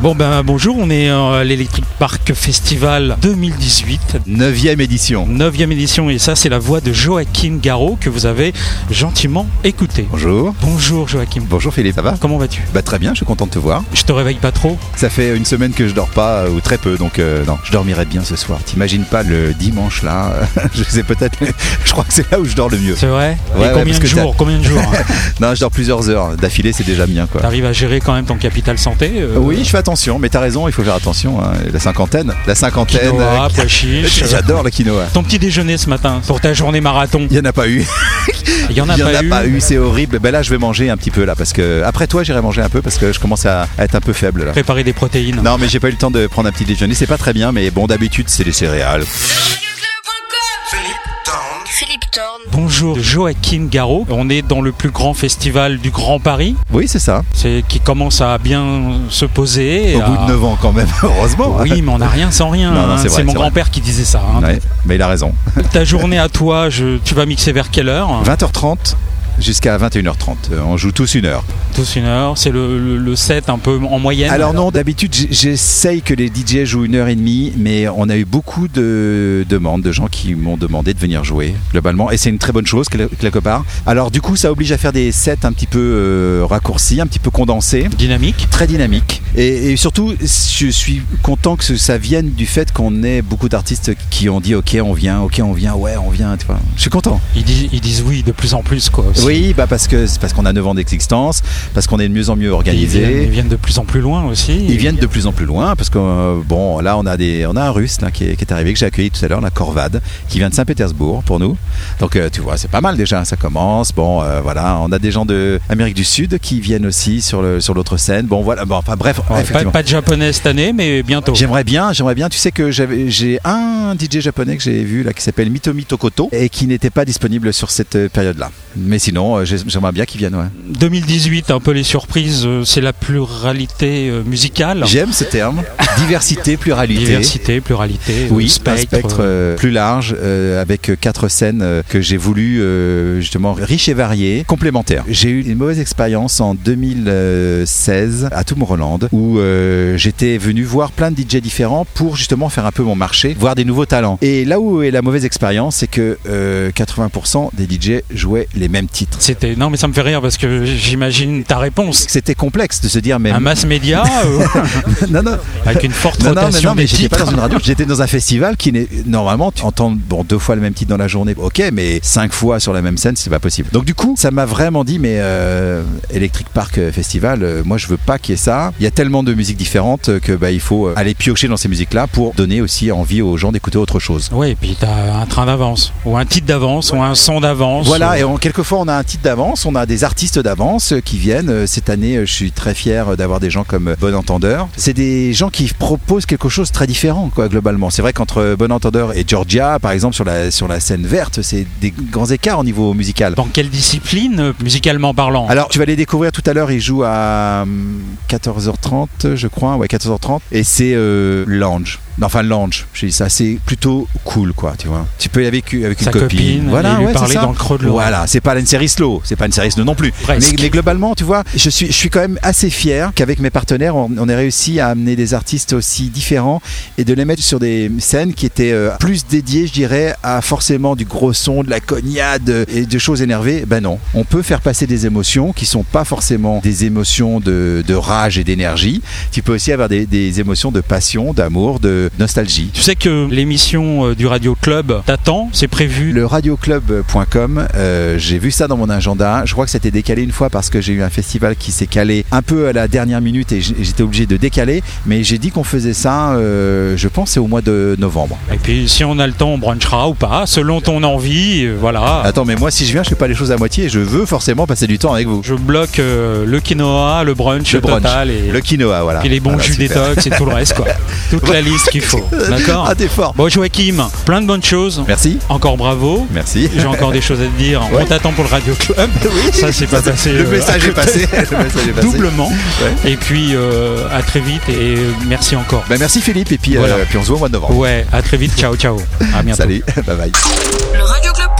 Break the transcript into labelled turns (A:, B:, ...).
A: Bon ben bonjour, on est à l'Electric Park Festival 2018,
B: 9e édition.
A: 9e édition et ça c'est la voix de Joachim Garraud que vous avez gentiment écouté.
B: Bonjour.
A: Bonjour Joachim, Ah,
B: Bonjour Philippe, ça va
A: comment vas-tu
B: Bah très bien, je suis content de te voir.
A: Je te réveille pas trop
B: Ça fait une semaine que je dors pas, ou très peu, donc euh, non, je dormirai bien ce soir. T'imagines pas le dimanche là Je sais peut-être, je crois que c'est là où je dors le mieux.
A: C'est vrai
B: Ouais, ouais,
A: Et combien
B: parce
A: de
B: que t'as-
A: jours Combien de jours hein
B: Non, je dors plusieurs heures d'affilée, c'est déjà bien quoi.
A: T'arrives à gérer quand même ton capital santé euh,
B: Oui, je fais attention, mais t'as raison, il faut faire attention. hein. La cinquantaine, la cinquantaine.
A: Quinoa,
B: euh,
A: pois chiche. euh,
B: J'adore le quinoa.
A: Ton petit déjeuner ce matin pour ta journée marathon,
B: Il y en a pas eu.
A: il y en a,
B: Il y en
A: pas,
B: a
A: eu.
B: pas eu, c'est horrible. Ben là, je vais manger un petit peu là, parce que après toi, j'irai manger un peu parce que je commence à à être un peu faible là.
A: Préparer des protéines.
B: Non, mais j'ai pas eu le temps de prendre un petit déjeuner. C'est pas très bien, mais bon, d'habitude, c'est les céréales.
C: Philippe Town.
D: Philippe Thorne.
A: Bonjour Joachim Garraud, on est dans le plus grand festival du Grand Paris,
B: Oui, c'est ça.
A: c'est qui commence à bien se poser.
B: Au
A: et
B: bout
A: à-
B: de 9 ans, quand même, heureusement.
A: Oui, mais on n'a rien sans rien.
B: Non, non,
A: hein.
B: c'est vrai,
A: C'est mon
B: c'est vrai.
A: grand-père qui disait ça. hein.
B: Ouais, mais il a raison.
A: Ta journée à toi, je- tu vas mixer vers quelle heure
B: 20h30 jusqu'à 21h30. Euh, On joue tous une heure.
A: Tous une heure. C'est le, le- le set un peu en moyenne.
B: Alors non, d'habitude j- j'essaye que les DJ jouent une heure et demie, mais on a eu beaucoup de demandes, de gens qui m'ont demandé de venir jouer globalement, et c'est une très bonne chose quel- quelque part. Alors du coup, ça oblige à faire des sets un petit peu euh, raccourcis, un petit peu condensés.
A: Dynamique.
B: Très dynamique et, et surtout je suis content que ce- ça vienne du fait qu'on ait beaucoup d'artistes qui ont dit ok on vient ok on vient ouais on vient tu vois je suis content
A: Ils disent, ils disent oui de plus en plus. Quoi, aussi.
B: oui bah parce que c'est parce qu'on a 9 ans d'existence parce qu'on est de mieux en
A: Et Ils
B: mieux
A: viennent,
B: organisé
A: ils viennent de plus en plus loin aussi.
B: Ils viennent de plus en plus loin parce que euh, bon là on a des on a un russe là, qui, est, qui est arrivé que j'ai accueilli tout à l'heure la Corvade qui vient de Saint-Pétersbourg pour nous donc euh, tu vois c'est pas mal déjà ça commence bon euh, voilà on a des gens de Amérique du Sud qui viennent aussi sur le sur l'autre scène bon voilà bon enfin bref
A: Ouais, pas,
B: effectivement.
A: pas de japonais cette année, mais bientôt.
B: J'aimerais bien, j'aimerais bien. Tu sais que j'avais- j'ai un DJ japonais que j'ai vu là qui s'appelle Mitomi Tokoto et qui n'était pas disponible sur cette euh, période-là. Mais sinon, euh, j'ai- j'aimerais bien qu'il vienne. ouais.
A: 2018, un peu les surprises, euh, c'est la pluralité euh, musicale.
B: J'aime ce terme, diversité, pluralité.
A: Diversité, pluralité, euh,
B: Oui,
A: spectre.
B: un spectre euh, plus large euh, avec euh, quatre scènes euh, que j'ai voulu euh, justement riches et variées, complémentaires. J'ai eu une mauvaise expérience en 2016 à Tomorrowland où euh, j'étais venu voir plein de DJ différents pour justement faire un peu mon marché, voir des nouveaux talents. Et là où est la mauvaise expérience, c'est que euh, 80% des DJ jouaient les mêmes titres.
A: C'était non mais ça me fait rire parce que j'imagine ta réponse.
B: C'était complexe de se dire mais
A: Un mass média euh,
B: non non
A: avec une forte
B: Non, non, mais,
A: rotation
B: non, mais
A: des
B: j'étais pas
A: titres.
B: dans une radio, j'étais dans un festival qui n'est. Normalement, tu entends bon, deux fois le même titre dans la journée, ok, mais cinq fois sur la même scène, c'est pas possible. Donc, du coup, ça m'a vraiment dit, mais euh, Electric Park Festival, euh, moi je veux pas qu'il y ait ça. Il y a tellement de musiques différentes euh, que bah, il faut euh, aller piocher dans ces musiques-là pour donner aussi envie aux gens d'écouter autre chose.
A: Oui, et puis t'as un train d'avance, ou un titre d'avance, ou un son d'avance. Euh,
B: Voilà, et en, quelquefois on a un titre d'avance, on a des artistes d'avance euh, qui viennent. Euh, Cette année, euh, je suis très fier euh, d'avoir des gens comme euh, Bon Entendeur. C'est des gens qui proposent quelque chose de très différent, quoi, globalement. C'est vrai qu'entre euh, Bon Entendeur et Georgia, par exemple, sur la, sur la scène verte, c'est des grands écarts au niveau musical.
A: Dans quelle discipline, euh, musicalement parlant
B: Alors, tu vas les découvrir tout à l'heure, ils jouent à hum, 14h30, je crois, ouais, 14h30, et c'est euh, lounge. Non, Enfin, lounge, je dis ça, c'est plutôt cool, quoi, tu vois. Tu peux y aller avec, avec une
A: Sa
B: copine,
A: copine, et lui
B: ouais, c'est
A: parler
B: ça.
A: dans le creux de l'oreille.
B: Voilà, c'est pas une série slow, c'est pas une série slow non plus. Mais,
A: Presque.
B: mais globalement, tu vois, je suis, je suis quand même assez fier qu'avec mes partenaires, on, on ait réussi à amener des artistes aussi différents et de les mettre sur des scènes qui étaient euh, plus dédiées, je dirais, à forcément du gros son, de la cognade euh, et de choses énervées. Ben non, on peut faire passer des émotions qui sont pas forcément des émotions de, de rage et d'énergie. Tu peux aussi avoir des, des émotions de passion, d'amour, de nostalgie.
A: Tu sais que l'émission euh, du Radio Club t'attend, c'est prévu.
B: Le radioclub.com, euh, j'ai vu ça dans mon agenda. Je crois que c'était décalé une fois parce que j'ai eu un festival qui s'est calé un peu à la dernière minute et j- j'étais obligé de décaler. Mais j'ai dit qu'on faisait ça, euh, je pense, c'est au mois de novembre.
A: Et puis si on a le temps, on brunchera ou pas, selon ton envie, euh, voilà.
B: Attends, mais moi, si je viens, je fais pas les choses à moitié et je veux forcément passer du temps avec vous.
A: Je bloque euh, le quinoa, le brunch,
B: Le brunch,
A: total et,
B: Le quinoa, voilà.
A: et les bons
B: Voilà,
A: jus
B: super.
A: détox et tout le reste quoi. Toute la liste qu'il faut. D'accord
B: Ah, t'es fort.
A: Bon Joachim, plein de bonnes choses.
B: Merci.
A: Encore bravo.
B: Merci.
A: J'ai encore des choses à te dire.
B: Ouais.
A: On t'attend pour le Radio Club.
B: Oui.
A: hum, Ça, c'est pas passé,
B: Le
A: euh,
B: message est passé. Le message est passé.
A: Doublement. Et puis, euh, à très vite et merci encore.
B: Ben, merci Philippe et puis, euh,
A: Voilà.
B: puis on se voit au mois de novembre.
A: Ouais, à très vite. Ciao, ciao. À bientôt.
B: Salut, bye bye.
D: Le Radio Club